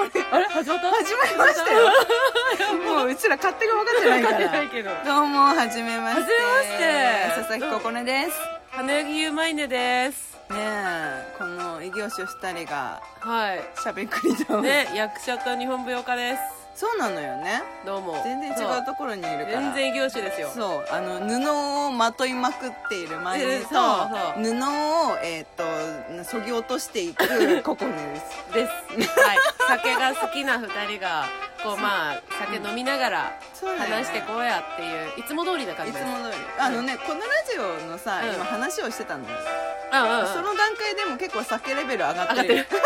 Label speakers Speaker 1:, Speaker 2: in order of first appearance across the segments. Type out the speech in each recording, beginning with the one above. Speaker 1: 始まっ
Speaker 2: 始
Speaker 1: た
Speaker 2: まりましたよ もううちら勝手が分かってない
Speaker 1: 分か
Speaker 2: か
Speaker 1: っ
Speaker 2: ら
Speaker 1: てないけど
Speaker 2: どうもはじめまして
Speaker 1: はじめまして
Speaker 2: 佐々木ここねです、
Speaker 1: 花柳ゆうまいねです
Speaker 2: ねえこの異業種2人が
Speaker 1: はい
Speaker 2: しゃべくりだわ、
Speaker 1: ね役者と日本舞踊家です
Speaker 2: そうなのよね
Speaker 1: どうも
Speaker 2: 全然違
Speaker 1: そう
Speaker 2: ところにいるから
Speaker 1: 全然異業種ですよ
Speaker 2: そうあの布をまといまくっているマイネと
Speaker 1: そうそう
Speaker 2: 布をえっ、とそぎ落としてい くココネです
Speaker 1: ですはい酒が好きな2人がこうまあ酒飲みながら
Speaker 2: そうだよね
Speaker 1: 話してこうやっていういつも通りな感
Speaker 2: い
Speaker 1: じ
Speaker 2: つ
Speaker 1: で
Speaker 2: も
Speaker 1: す
Speaker 2: 通りあのね、このラジオのさ、
Speaker 1: うん
Speaker 2: 今話をしてたんだよ、
Speaker 1: うんうんうん
Speaker 2: その段階でも結構酒レベル上がって
Speaker 1: 上がって
Speaker 2: る
Speaker 1: る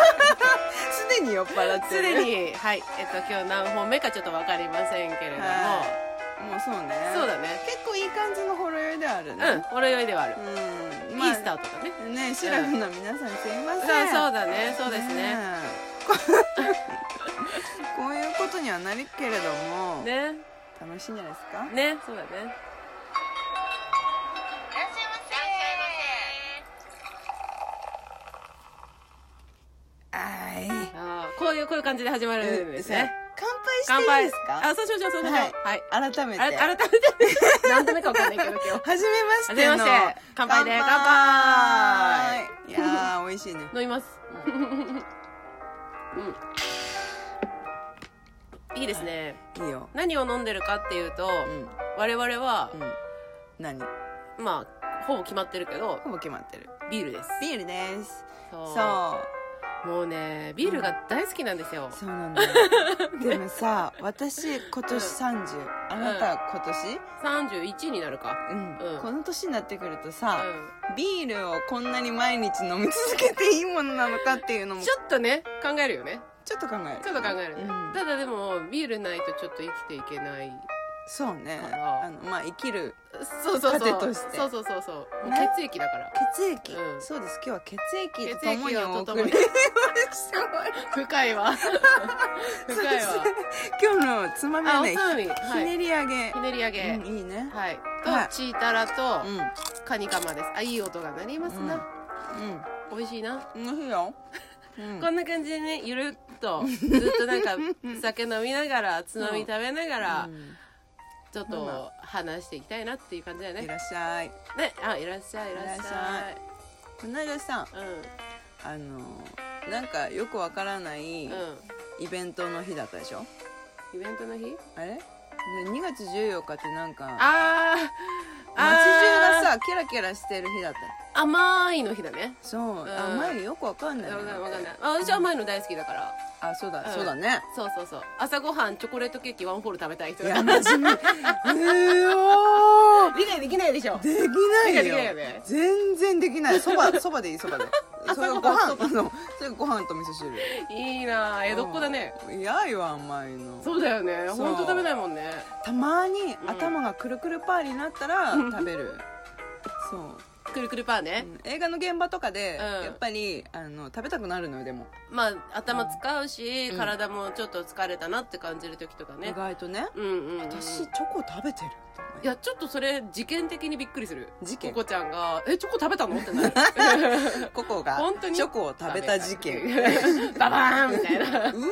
Speaker 2: すでに酔っ払って
Speaker 1: す
Speaker 2: る
Speaker 1: でにはいえっと今日何本目かちょっと分かりませんけれども
Speaker 2: はいもうそうね
Speaker 1: そうだね
Speaker 2: 結構いい感じのほろ酔いではあるね
Speaker 1: うん俺酔いではある
Speaker 2: うん、
Speaker 1: いいスタートだね
Speaker 2: トねシラフの皆さんすいま
Speaker 1: そう
Speaker 2: せん、
Speaker 1: そうだねそうですね
Speaker 2: えこう いうことにはなるけれども、
Speaker 1: ね
Speaker 2: 楽しいんじゃないですか
Speaker 1: ねそうだね
Speaker 2: あい、
Speaker 1: ああこういうこういう感じで始まるんですね
Speaker 2: 乾
Speaker 1: 乾
Speaker 2: 杯していいで
Speaker 1: 杯
Speaker 2: すか
Speaker 1: あそうしましょうそうしましょうはい
Speaker 2: はい改めて
Speaker 1: あ改めて何度目か分か んないけど今
Speaker 2: はじめまして
Speaker 1: は
Speaker 2: の
Speaker 1: じめまして乾杯で
Speaker 2: 乾杯いやー美味しいね
Speaker 1: 日飲みますうんいいですね
Speaker 2: いいよ
Speaker 1: 何を飲んでるかっていうと
Speaker 2: うん
Speaker 1: 我々は
Speaker 2: うん何
Speaker 1: まあほぼ決まってるけど
Speaker 2: ほぼ決まってる
Speaker 1: ビールです
Speaker 2: ビールです
Speaker 1: そう
Speaker 2: そう
Speaker 1: もうねビールが大好きなんですよ
Speaker 2: そうなん だよでもさ私今年30、あなた今
Speaker 1: 31になるか
Speaker 2: 年うん、
Speaker 1: うん
Speaker 2: この年になってくると
Speaker 1: う
Speaker 2: さ、
Speaker 1: ん
Speaker 2: ビールをこんなに毎日飲み続けていいものなのかっていうのも
Speaker 1: ちょっとね考えるよね
Speaker 2: ちょっと考える
Speaker 1: ちょっと考えるね、
Speaker 2: うん
Speaker 1: ただでもビールないとちょっと生きていけない
Speaker 2: そうね
Speaker 1: かな
Speaker 2: あのまあ生きる
Speaker 1: そうそうそう
Speaker 2: 糧として
Speaker 1: そうそうそうそうもう
Speaker 2: ね
Speaker 1: 血液だから
Speaker 2: 血液、
Speaker 1: うん
Speaker 2: そうです今日は血液と
Speaker 1: 血
Speaker 2: 共
Speaker 1: 液
Speaker 2: に
Speaker 1: が
Speaker 2: お
Speaker 1: とと
Speaker 2: 送
Speaker 1: も
Speaker 2: り
Speaker 1: に 深いわ深いわ
Speaker 2: 今日のつまみはね
Speaker 1: あおつまみ
Speaker 2: ひ
Speaker 1: はい
Speaker 2: ひねり上げ、
Speaker 1: ひねり上げ、
Speaker 2: うん、いいね、
Speaker 1: はい
Speaker 2: はい
Speaker 1: とチータラと
Speaker 2: うん
Speaker 1: カニカマですあいい音が鳴りますな、美味しい
Speaker 2: う
Speaker 1: な、
Speaker 2: んうん美味しいよ、うん、
Speaker 1: こんな感じでねゆるっとずっとなんか酒飲みながらつまみ食べながら、
Speaker 2: うん
Speaker 1: ちょっと話していきたいなっていう感じだよね
Speaker 2: いらっしゃい
Speaker 1: ねあいらっしゃいいらっしゃ
Speaker 2: いらっ
Speaker 1: い
Speaker 2: しゃこの間さあのなんかよくわからない
Speaker 1: うんうん
Speaker 2: イベントの日だったでしょ、
Speaker 1: イベントの日
Speaker 2: あれで2月14日ってなんか
Speaker 1: ああ
Speaker 2: 街中がさキラキラしてる日だった
Speaker 1: 甘いの日だね
Speaker 2: そう、
Speaker 1: ん
Speaker 2: あ前よくわかん
Speaker 1: わ
Speaker 2: ない
Speaker 1: か
Speaker 2: よ
Speaker 1: ん
Speaker 2: ね
Speaker 1: ないわかんないあ私甘いの大好きだから
Speaker 2: あそうだ、
Speaker 1: うん
Speaker 2: そうだね
Speaker 1: そうそうそう朝ごはんチョコレートケーキワンホール食べたい人
Speaker 2: い
Speaker 1: だ
Speaker 2: や
Speaker 1: から
Speaker 2: 真面目うおー
Speaker 1: 理解できないでしょ
Speaker 2: できないよ
Speaker 1: 理解できないよね
Speaker 2: 全然できないそばそばでいいそばでそれが
Speaker 1: そば
Speaker 2: ご飯のそれがご飯と味噌汁
Speaker 1: いいなあ江戸っ子だね
Speaker 2: うんいやいわ甘いの
Speaker 1: そうだよね
Speaker 2: そう
Speaker 1: 本当食べないもんね
Speaker 2: たまに
Speaker 1: ん
Speaker 2: 頭がくるくるパーになったら食べる、そう
Speaker 1: くるくるパーね
Speaker 2: うん映画の現場とかで、
Speaker 1: うん
Speaker 2: やっぱりあの食べたくなるのよでも
Speaker 1: まあ頭使うし
Speaker 2: うん
Speaker 1: 体もちょっと疲れたなって感じる時とか
Speaker 2: 意
Speaker 1: ね
Speaker 2: 外とね
Speaker 1: うんうんうん
Speaker 2: 私チ
Speaker 1: い
Speaker 2: ョコ食べてるいや
Speaker 1: やちょっとそれ事件的にびっくりする
Speaker 2: 事
Speaker 1: こ
Speaker 2: 件
Speaker 1: こちゃんが「えチョコ食べたの?」ってなる
Speaker 2: ココが
Speaker 1: 本当に
Speaker 2: チョコを 食べた事件
Speaker 1: ババーンみたいな
Speaker 2: うーん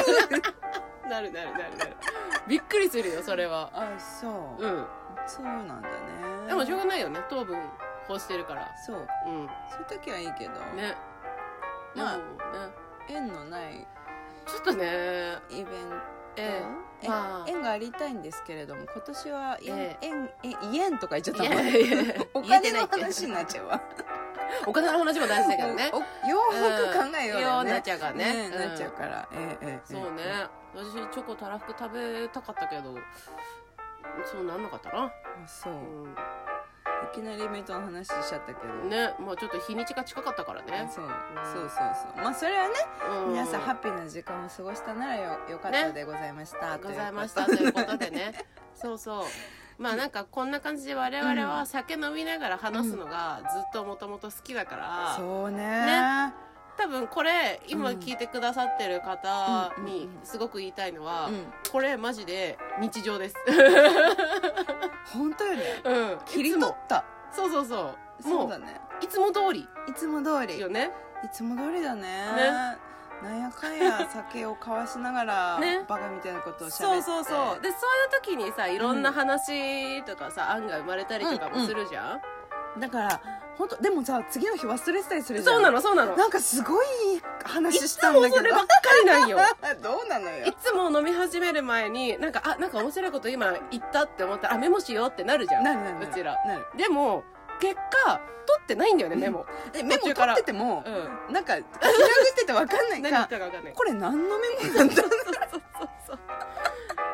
Speaker 1: なるなるなるなるびっくりするよそれは
Speaker 2: あそう、
Speaker 1: うん
Speaker 2: そうなんだね
Speaker 1: でもしょうがないよね糖分欲してるから
Speaker 2: そう
Speaker 1: うん
Speaker 2: そういう時はいいけど、
Speaker 1: ね
Speaker 2: まあ
Speaker 1: でもね
Speaker 2: 縁のない
Speaker 1: ちょっとね
Speaker 2: イベント、
Speaker 1: ええ
Speaker 2: え
Speaker 1: まあ
Speaker 2: 縁がありたいんですけれども今年は縁、
Speaker 1: え
Speaker 2: 縁え縁とか言っちゃった
Speaker 1: い
Speaker 2: も
Speaker 1: や
Speaker 2: ん
Speaker 1: いやいや
Speaker 2: お
Speaker 1: 言え
Speaker 2: 金
Speaker 1: てない
Speaker 2: の
Speaker 1: って
Speaker 2: 話になっちゃうわ
Speaker 1: お金の話も大事だけど ね
Speaker 2: おおよーく考えようだよ
Speaker 1: うんよう
Speaker 2: ね
Speaker 1: なっちゃうからねうん
Speaker 2: なっちゃうからええええええ
Speaker 1: そうね私チョコたらふく食べたかったけどそうなんなかったな、
Speaker 2: あそう
Speaker 1: う
Speaker 2: いきなりイベントの話しちゃったけど
Speaker 1: ん、ねまあちょっと日にちが近かったからね、
Speaker 2: そうそうそうそうまあそれはね
Speaker 1: うん、
Speaker 2: 皆さんハッピーな時間を過ごしたならよよかったでございましたとう
Speaker 1: ご
Speaker 2: こと
Speaker 1: ざいましたということ でねそうそうまあなんかこんな感じで我々は酒飲みながら話すのがずっともともと好きだから、
Speaker 2: そうね
Speaker 1: ね多分これ今
Speaker 2: うん
Speaker 1: 聞いてくださってる方
Speaker 2: うん
Speaker 1: にすごく言いたいのは、
Speaker 2: うん
Speaker 1: これマジで日常です、
Speaker 2: 本当よね
Speaker 1: うん、
Speaker 2: 切
Speaker 1: い
Speaker 2: り
Speaker 1: つ
Speaker 2: 取
Speaker 1: も
Speaker 2: った
Speaker 1: そうそうそう
Speaker 2: そう
Speaker 1: も
Speaker 2: だ
Speaker 1: う
Speaker 2: ね
Speaker 1: いつも通り
Speaker 2: いつも通り
Speaker 1: よね
Speaker 2: いつも通りだね
Speaker 1: ね
Speaker 2: なんやかん や酒を交わしながら、
Speaker 1: ね
Speaker 2: バカみたいなことをしゃべ
Speaker 1: そ
Speaker 2: って
Speaker 1: うそうそうでそういう時にさいろんな話とかさ、案が生まれたりとかもするじゃん、
Speaker 2: だから本当でもさ次の日忘れてたりするじゃん
Speaker 1: そうなのそうなの
Speaker 2: なんかすごいいい
Speaker 1: い
Speaker 2: 話し
Speaker 1: つ
Speaker 2: たん
Speaker 1: も
Speaker 2: だけ
Speaker 1: そ
Speaker 2: ど
Speaker 1: ればっかりなんよ
Speaker 2: どうなの
Speaker 1: い
Speaker 2: よ
Speaker 1: つも飲み始める前になんかあなんか面白いこと今言ったって思ったらあメモしようってなるじゃん
Speaker 2: なるなるなる
Speaker 1: うちら
Speaker 2: なる
Speaker 1: でも結果取ってないんだよねメモ
Speaker 2: えメモ取ってても
Speaker 1: う、ん
Speaker 2: なんか気まぐってて分かんない
Speaker 1: 何 言
Speaker 2: か
Speaker 1: ったか分かんない
Speaker 2: これ何のメモなんだ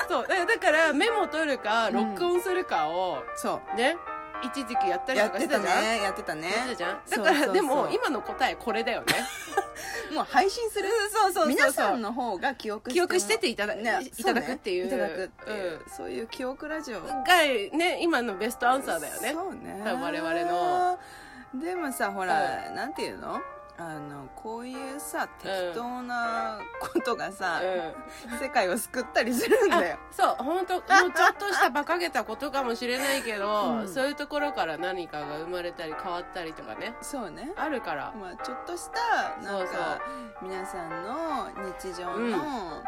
Speaker 1: そうだだからメモ取るか
Speaker 2: うん
Speaker 1: 録音するかを
Speaker 2: そ
Speaker 1: ね一時期やっ
Speaker 2: う
Speaker 1: たりと
Speaker 2: やっ
Speaker 1: かしててた
Speaker 2: た
Speaker 1: じゃん
Speaker 2: ねやってたね
Speaker 1: やってたじゃん
Speaker 2: そ
Speaker 1: だ
Speaker 2: う
Speaker 1: か
Speaker 2: そうそ
Speaker 1: ら
Speaker 2: う
Speaker 1: でも今の答えこれだよね
Speaker 2: もう配信する
Speaker 1: そうそうそうそう
Speaker 2: 皆さんの方が記憶
Speaker 1: 記憶してていただ,、
Speaker 2: ね
Speaker 1: いただくっていう
Speaker 2: そねいただくっていう
Speaker 1: う、
Speaker 2: そういう記憶ラジオ
Speaker 1: ん、がね今のベストアンサーだよね
Speaker 2: そうね
Speaker 1: 多分我々
Speaker 2: のでもさほら、なんていうのあのこういうさ適当なことがさ、
Speaker 1: うん
Speaker 2: 世界を救ったりするんだよ
Speaker 1: あそう本当もうちょっとした馬鹿げたことかもしれないけど、
Speaker 2: うん
Speaker 1: そういうところから何かが生まれたり変わったりとかね
Speaker 2: そうね
Speaker 1: あるから
Speaker 2: まあちょっとしたなんか
Speaker 1: そうそう
Speaker 2: 皆さんの日常の、
Speaker 1: うん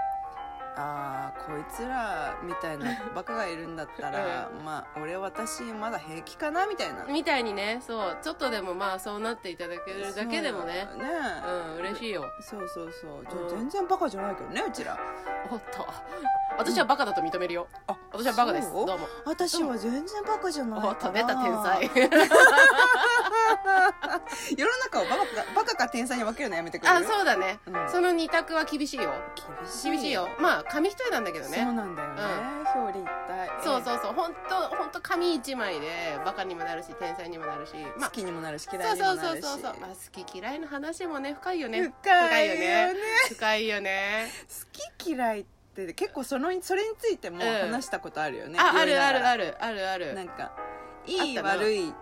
Speaker 2: あーこいつらみたいなバカがいるんだった ら、まあ俺私まだ平気かなみたいな
Speaker 1: みたいにねそうちょっとでもまあそうなっていただけるだけでもね
Speaker 2: そうね
Speaker 1: うん嬉しいよ
Speaker 2: そうそうそうじゃあ
Speaker 1: うん
Speaker 2: 全然バカじゃないけどねうちら
Speaker 1: おっと私はバカだと認めるよ
Speaker 2: あ
Speaker 1: 私はバカです
Speaker 2: そ
Speaker 1: ど
Speaker 2: う
Speaker 1: うも
Speaker 2: 私は全然バカじゃない
Speaker 1: おっと
Speaker 2: か
Speaker 1: 出
Speaker 2: ら
Speaker 1: た天才
Speaker 2: 世の中をバカかバカか天才に分けるのやめてく れる
Speaker 1: あそうだね、
Speaker 2: うん
Speaker 1: その二択は厳しいよ
Speaker 2: 厳
Speaker 1: 厳しいよまあ紙一重なんだけど
Speaker 2: そう
Speaker 1: ね
Speaker 2: なんだよね、表裏一体
Speaker 1: そうそうそう本当本当紙一枚でバカにもなるし天才にもなるしま
Speaker 2: 好
Speaker 1: あ
Speaker 2: きにもなるし嫌
Speaker 1: そ
Speaker 2: いうにも
Speaker 1: そう
Speaker 2: な
Speaker 1: そ
Speaker 2: るし
Speaker 1: うそうそう、まあ、好き嫌いの話もね深いよね
Speaker 2: 深いよね
Speaker 1: 深いよね
Speaker 2: 好き嫌いって結構そのそれについても
Speaker 1: うん
Speaker 2: 話したことあるよね、
Speaker 1: ああるあるあ
Speaker 2: る
Speaker 1: るあるある
Speaker 2: なんかいい
Speaker 1: あったな
Speaker 2: 悪い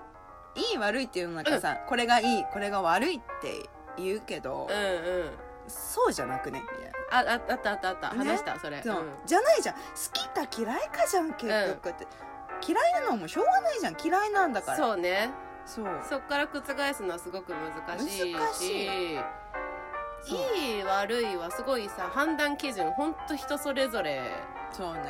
Speaker 2: いい悪いっていうのなんかさ、これがいいこれが悪いって言うけど、
Speaker 1: うんうん
Speaker 2: そうじゃなくねみたいな
Speaker 1: あああったあったあった、
Speaker 2: ね
Speaker 1: 話したそれ
Speaker 2: そう、
Speaker 1: ん
Speaker 2: じゃないじゃん好きか嫌いかじゃん結局って、嫌いなのはもうしょうがないじゃん嫌いなんだから
Speaker 1: そうね
Speaker 2: そう
Speaker 1: そっから覆すのはすごく難しいし
Speaker 2: 難しいそう
Speaker 1: いい悪いはすごいさ判断基準本当人それぞれ
Speaker 2: そうね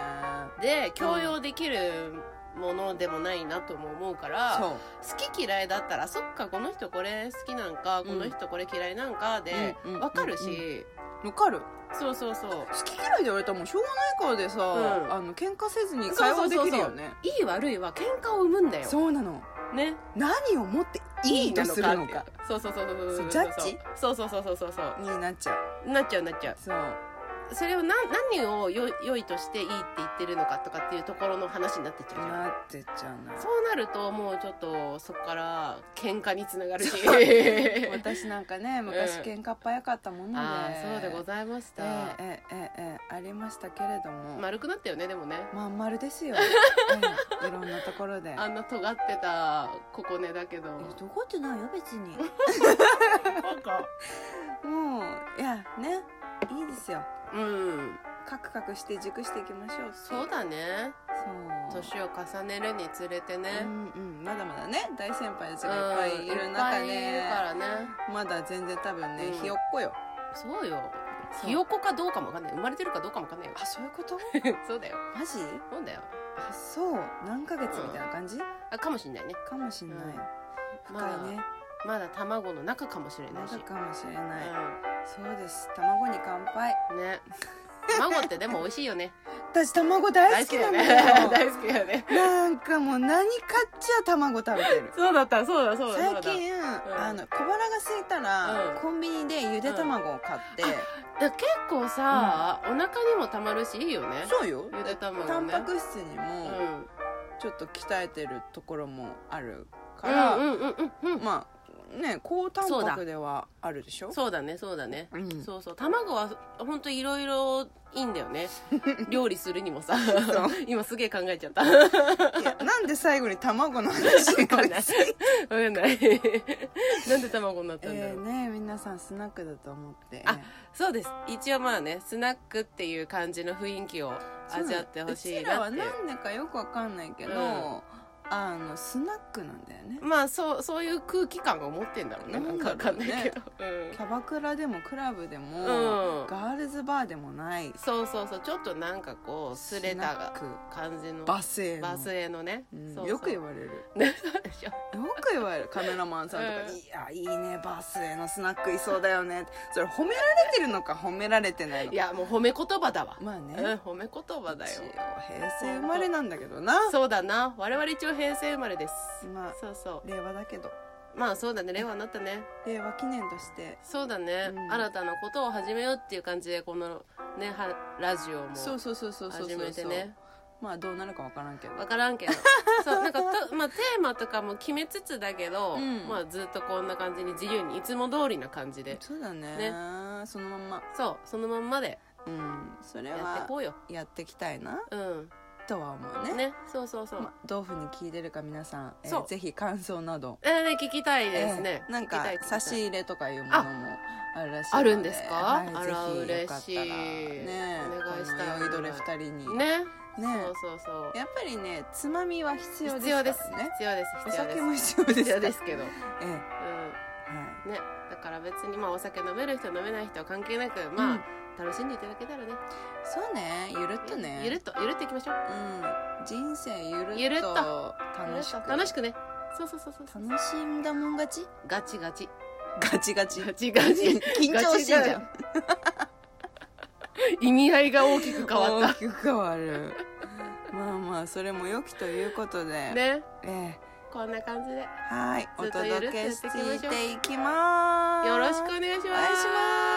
Speaker 1: で強要できるものでもないなとも思うから、
Speaker 2: そう
Speaker 1: 好き嫌いだったらそっかこの人これ好きなんか、
Speaker 2: うん
Speaker 1: この人これ嫌いなんかで
Speaker 2: うんうん
Speaker 1: わかるし、
Speaker 2: うんわかる
Speaker 1: そうそうそう
Speaker 2: 好き嫌いで言われたらもうしょうがないからでさ、
Speaker 1: うん
Speaker 2: あの喧嘩せずに会話できるよね
Speaker 1: いい悪いは喧嘩を生むんだよ
Speaker 2: そうなの
Speaker 1: ね
Speaker 2: 何をもっていいとするの
Speaker 1: っていう
Speaker 2: か
Speaker 1: そうそうそうそうそう
Speaker 2: ジャッジ
Speaker 1: そうそうそうそうそうそう
Speaker 2: になっちゃう
Speaker 1: なっちゃうなっちゃう
Speaker 2: そう
Speaker 1: それをな何をよ良いとしていいって言ってるのかとかっていうところの話になってっちゃうじゃん
Speaker 2: なってっちゃうな
Speaker 1: そうなるともうちょっとそこから喧嘩につながるし
Speaker 2: 私なんかね昔
Speaker 1: うん
Speaker 2: 喧嘩っ早かったもので、
Speaker 1: ああそうでご
Speaker 2: い
Speaker 1: ざいました、
Speaker 2: ええええええありましたけれども、
Speaker 1: 丸くなったよねでもね
Speaker 2: まん丸ですよ、 ええいろんなところで
Speaker 1: あんな尖ってたここねだけど
Speaker 2: えどこってないよ別 に
Speaker 1: なんか
Speaker 2: もういやねいいですよ
Speaker 1: うん
Speaker 2: カクカクして熟していきましょう
Speaker 1: そうだね
Speaker 2: そう
Speaker 1: 年を重ねるにつれてね、
Speaker 2: うんうん、まだまだね大先輩たち
Speaker 1: うん
Speaker 2: がいっぱいいる中
Speaker 1: いっぱいいる
Speaker 2: ね
Speaker 1: からね
Speaker 2: まだ全然多分ね、
Speaker 1: うん
Speaker 2: ひよっこよ
Speaker 1: そうよ
Speaker 2: そう
Speaker 1: ひよこかどうかもわかんない生まれてるかどうかもわかんないよ
Speaker 2: あそういうこと
Speaker 1: そうだよ
Speaker 2: マジ
Speaker 1: そうだよ
Speaker 2: あそう何ヶ月みたいな感じ、
Speaker 1: あかもしんないね
Speaker 2: かもしんない、
Speaker 1: うんまだ
Speaker 2: 深いね
Speaker 1: まだ卵の中かもしれないし
Speaker 2: 中かもしれない、そうです卵に乾杯
Speaker 1: うん ね卵ってでも美味しいよね
Speaker 2: 私卵大好きなの
Speaker 1: よね
Speaker 2: よ
Speaker 1: 大好きだよね
Speaker 2: なんかもう何かっちゃ卵食べてる
Speaker 1: そうだったそうだそうだそうだ
Speaker 2: 最近、
Speaker 1: ん
Speaker 2: あの小腹が空いたら、
Speaker 1: うん
Speaker 2: コンビニでゆで卵を買って、
Speaker 1: だ結構さ、お腹にもたまるしいいよね
Speaker 2: そうよ
Speaker 1: ゆで卵ね
Speaker 2: タンパク質に
Speaker 1: う
Speaker 2: も
Speaker 1: ん
Speaker 2: ちょっと鍛えてるところもあるか
Speaker 1: う
Speaker 2: ら、
Speaker 1: んうんうんうんうん
Speaker 2: まあね高タンパクではあるでしょ
Speaker 1: そうだねそうだね
Speaker 2: う、ん、
Speaker 1: そうそう卵は本当いろいろいいんだ よね料理するにもさ
Speaker 2: う
Speaker 1: 今すげえ考えちゃった
Speaker 2: いやなんで最後に卵の話
Speaker 1: わ
Speaker 2: が
Speaker 1: か んないわかんない なんで卵になったんだろう
Speaker 2: え、ーね皆さんスナックだと思って
Speaker 1: あそうです一応まあねスナックっていう感じの雰囲気を味わってほしい
Speaker 2: そううちら
Speaker 1: な
Speaker 2: は
Speaker 1: っていう
Speaker 2: なんでかよくわかんないけど、
Speaker 1: うん
Speaker 2: あのスナックなんだよね
Speaker 1: まあそうそういう空気感を持ってんだろうねなんかわかんないけど、
Speaker 2: キャバクラでもクラブでも、
Speaker 1: うん
Speaker 2: ガールズバーでもない
Speaker 1: うん、そうそうそうちょっとなんかこうすれ
Speaker 2: スナ
Speaker 1: た
Speaker 2: ック
Speaker 1: 感じの
Speaker 2: バスへの
Speaker 1: バスへのね、
Speaker 2: うん
Speaker 1: そうそう
Speaker 2: よく言われるよ
Speaker 1: でしょ
Speaker 2: く言われるカメラマンさんとか「
Speaker 1: うん
Speaker 2: いやいいねバスへのスナックいそうだよね」それ褒められてるのか褒められてないの
Speaker 1: い
Speaker 2: か
Speaker 1: やもう褒め言葉だわ、
Speaker 2: まあ
Speaker 1: うん、
Speaker 2: ね、
Speaker 1: 褒め言葉だよ
Speaker 2: 一応平成生まれなんだけどな
Speaker 1: そうだな我々一応平成生まれです、
Speaker 2: まあ
Speaker 1: そうそ
Speaker 2: 令和だけど
Speaker 1: うまあそうだね令和になったね
Speaker 2: 令和記念として
Speaker 1: そうだね、
Speaker 2: うん
Speaker 1: 新たなことを始めようっていう感じでこのねはラジオも
Speaker 2: そうそうそうそうそうそう
Speaker 1: 始めてね
Speaker 2: まあどうなるかわからんけど
Speaker 1: 分か らんけどそうなんかと、まあ、テーマとかも決めつつだけど、
Speaker 2: うん
Speaker 1: まあ、ずっとこんな感じに自由にいつも通りな感じで
Speaker 2: そうだねそのまんま
Speaker 1: そうそのまんまで
Speaker 2: うんそれ
Speaker 1: やって
Speaker 2: は
Speaker 1: こうよ
Speaker 2: やっていきたいな
Speaker 1: うん
Speaker 2: とは思うね
Speaker 1: ねそうそうそう、
Speaker 2: まあ、どういうふうに聞いてるか皆さん、えー
Speaker 1: そう
Speaker 2: ぜひ感想など
Speaker 1: えーね、聞きたいですね、
Speaker 2: えーなん
Speaker 1: 聞き
Speaker 2: か
Speaker 1: たい聞きた
Speaker 2: 差
Speaker 1: い
Speaker 2: し入れとかいうものもあるらしいので
Speaker 1: あるんですか
Speaker 2: はい、
Speaker 1: あら
Speaker 2: ぜひよかったら
Speaker 1: 嬉しい
Speaker 2: ね
Speaker 1: お願いしたい
Speaker 2: この酔いどれ二人に、
Speaker 1: ね
Speaker 2: ね
Speaker 1: そうそうそう
Speaker 2: やっぱりねつまみは必要です
Speaker 1: 必要です
Speaker 2: からね
Speaker 1: 必要です
Speaker 2: お
Speaker 1: 必要です
Speaker 2: 酒も必要ですか
Speaker 1: 必
Speaker 2: ら
Speaker 1: 要ですけど、う
Speaker 2: ええ
Speaker 1: ん
Speaker 2: は
Speaker 1: ね、だから別にまあお酒飲める人飲めない人は関係なくまあ、
Speaker 2: うん
Speaker 1: 楽しんでいただけたらね
Speaker 2: い、そうねゆるっとね
Speaker 1: ゆるっとゆるっといきましょう
Speaker 2: うん、人生ゆるっと
Speaker 1: ゆるっと
Speaker 2: 楽しく
Speaker 1: 楽しくねそうそうそうそうそう
Speaker 2: 楽しんだもん勝ち
Speaker 1: ガチガチ
Speaker 2: ガチガチ
Speaker 1: ガチガチ
Speaker 2: 緊張してんじゃん
Speaker 1: ガチ ガ意味合いが大きく変わ
Speaker 2: 大
Speaker 1: っ
Speaker 2: きく変わるまあまあそれも良きということで、
Speaker 1: たね
Speaker 2: ええ
Speaker 1: こんな感じでよ
Speaker 2: はいお
Speaker 1: ずっとゆる
Speaker 2: 届
Speaker 1: っと
Speaker 2: け
Speaker 1: やっ
Speaker 2: して
Speaker 1: いきましょう
Speaker 2: ていきます
Speaker 1: ろしくお願いします
Speaker 2: お願いします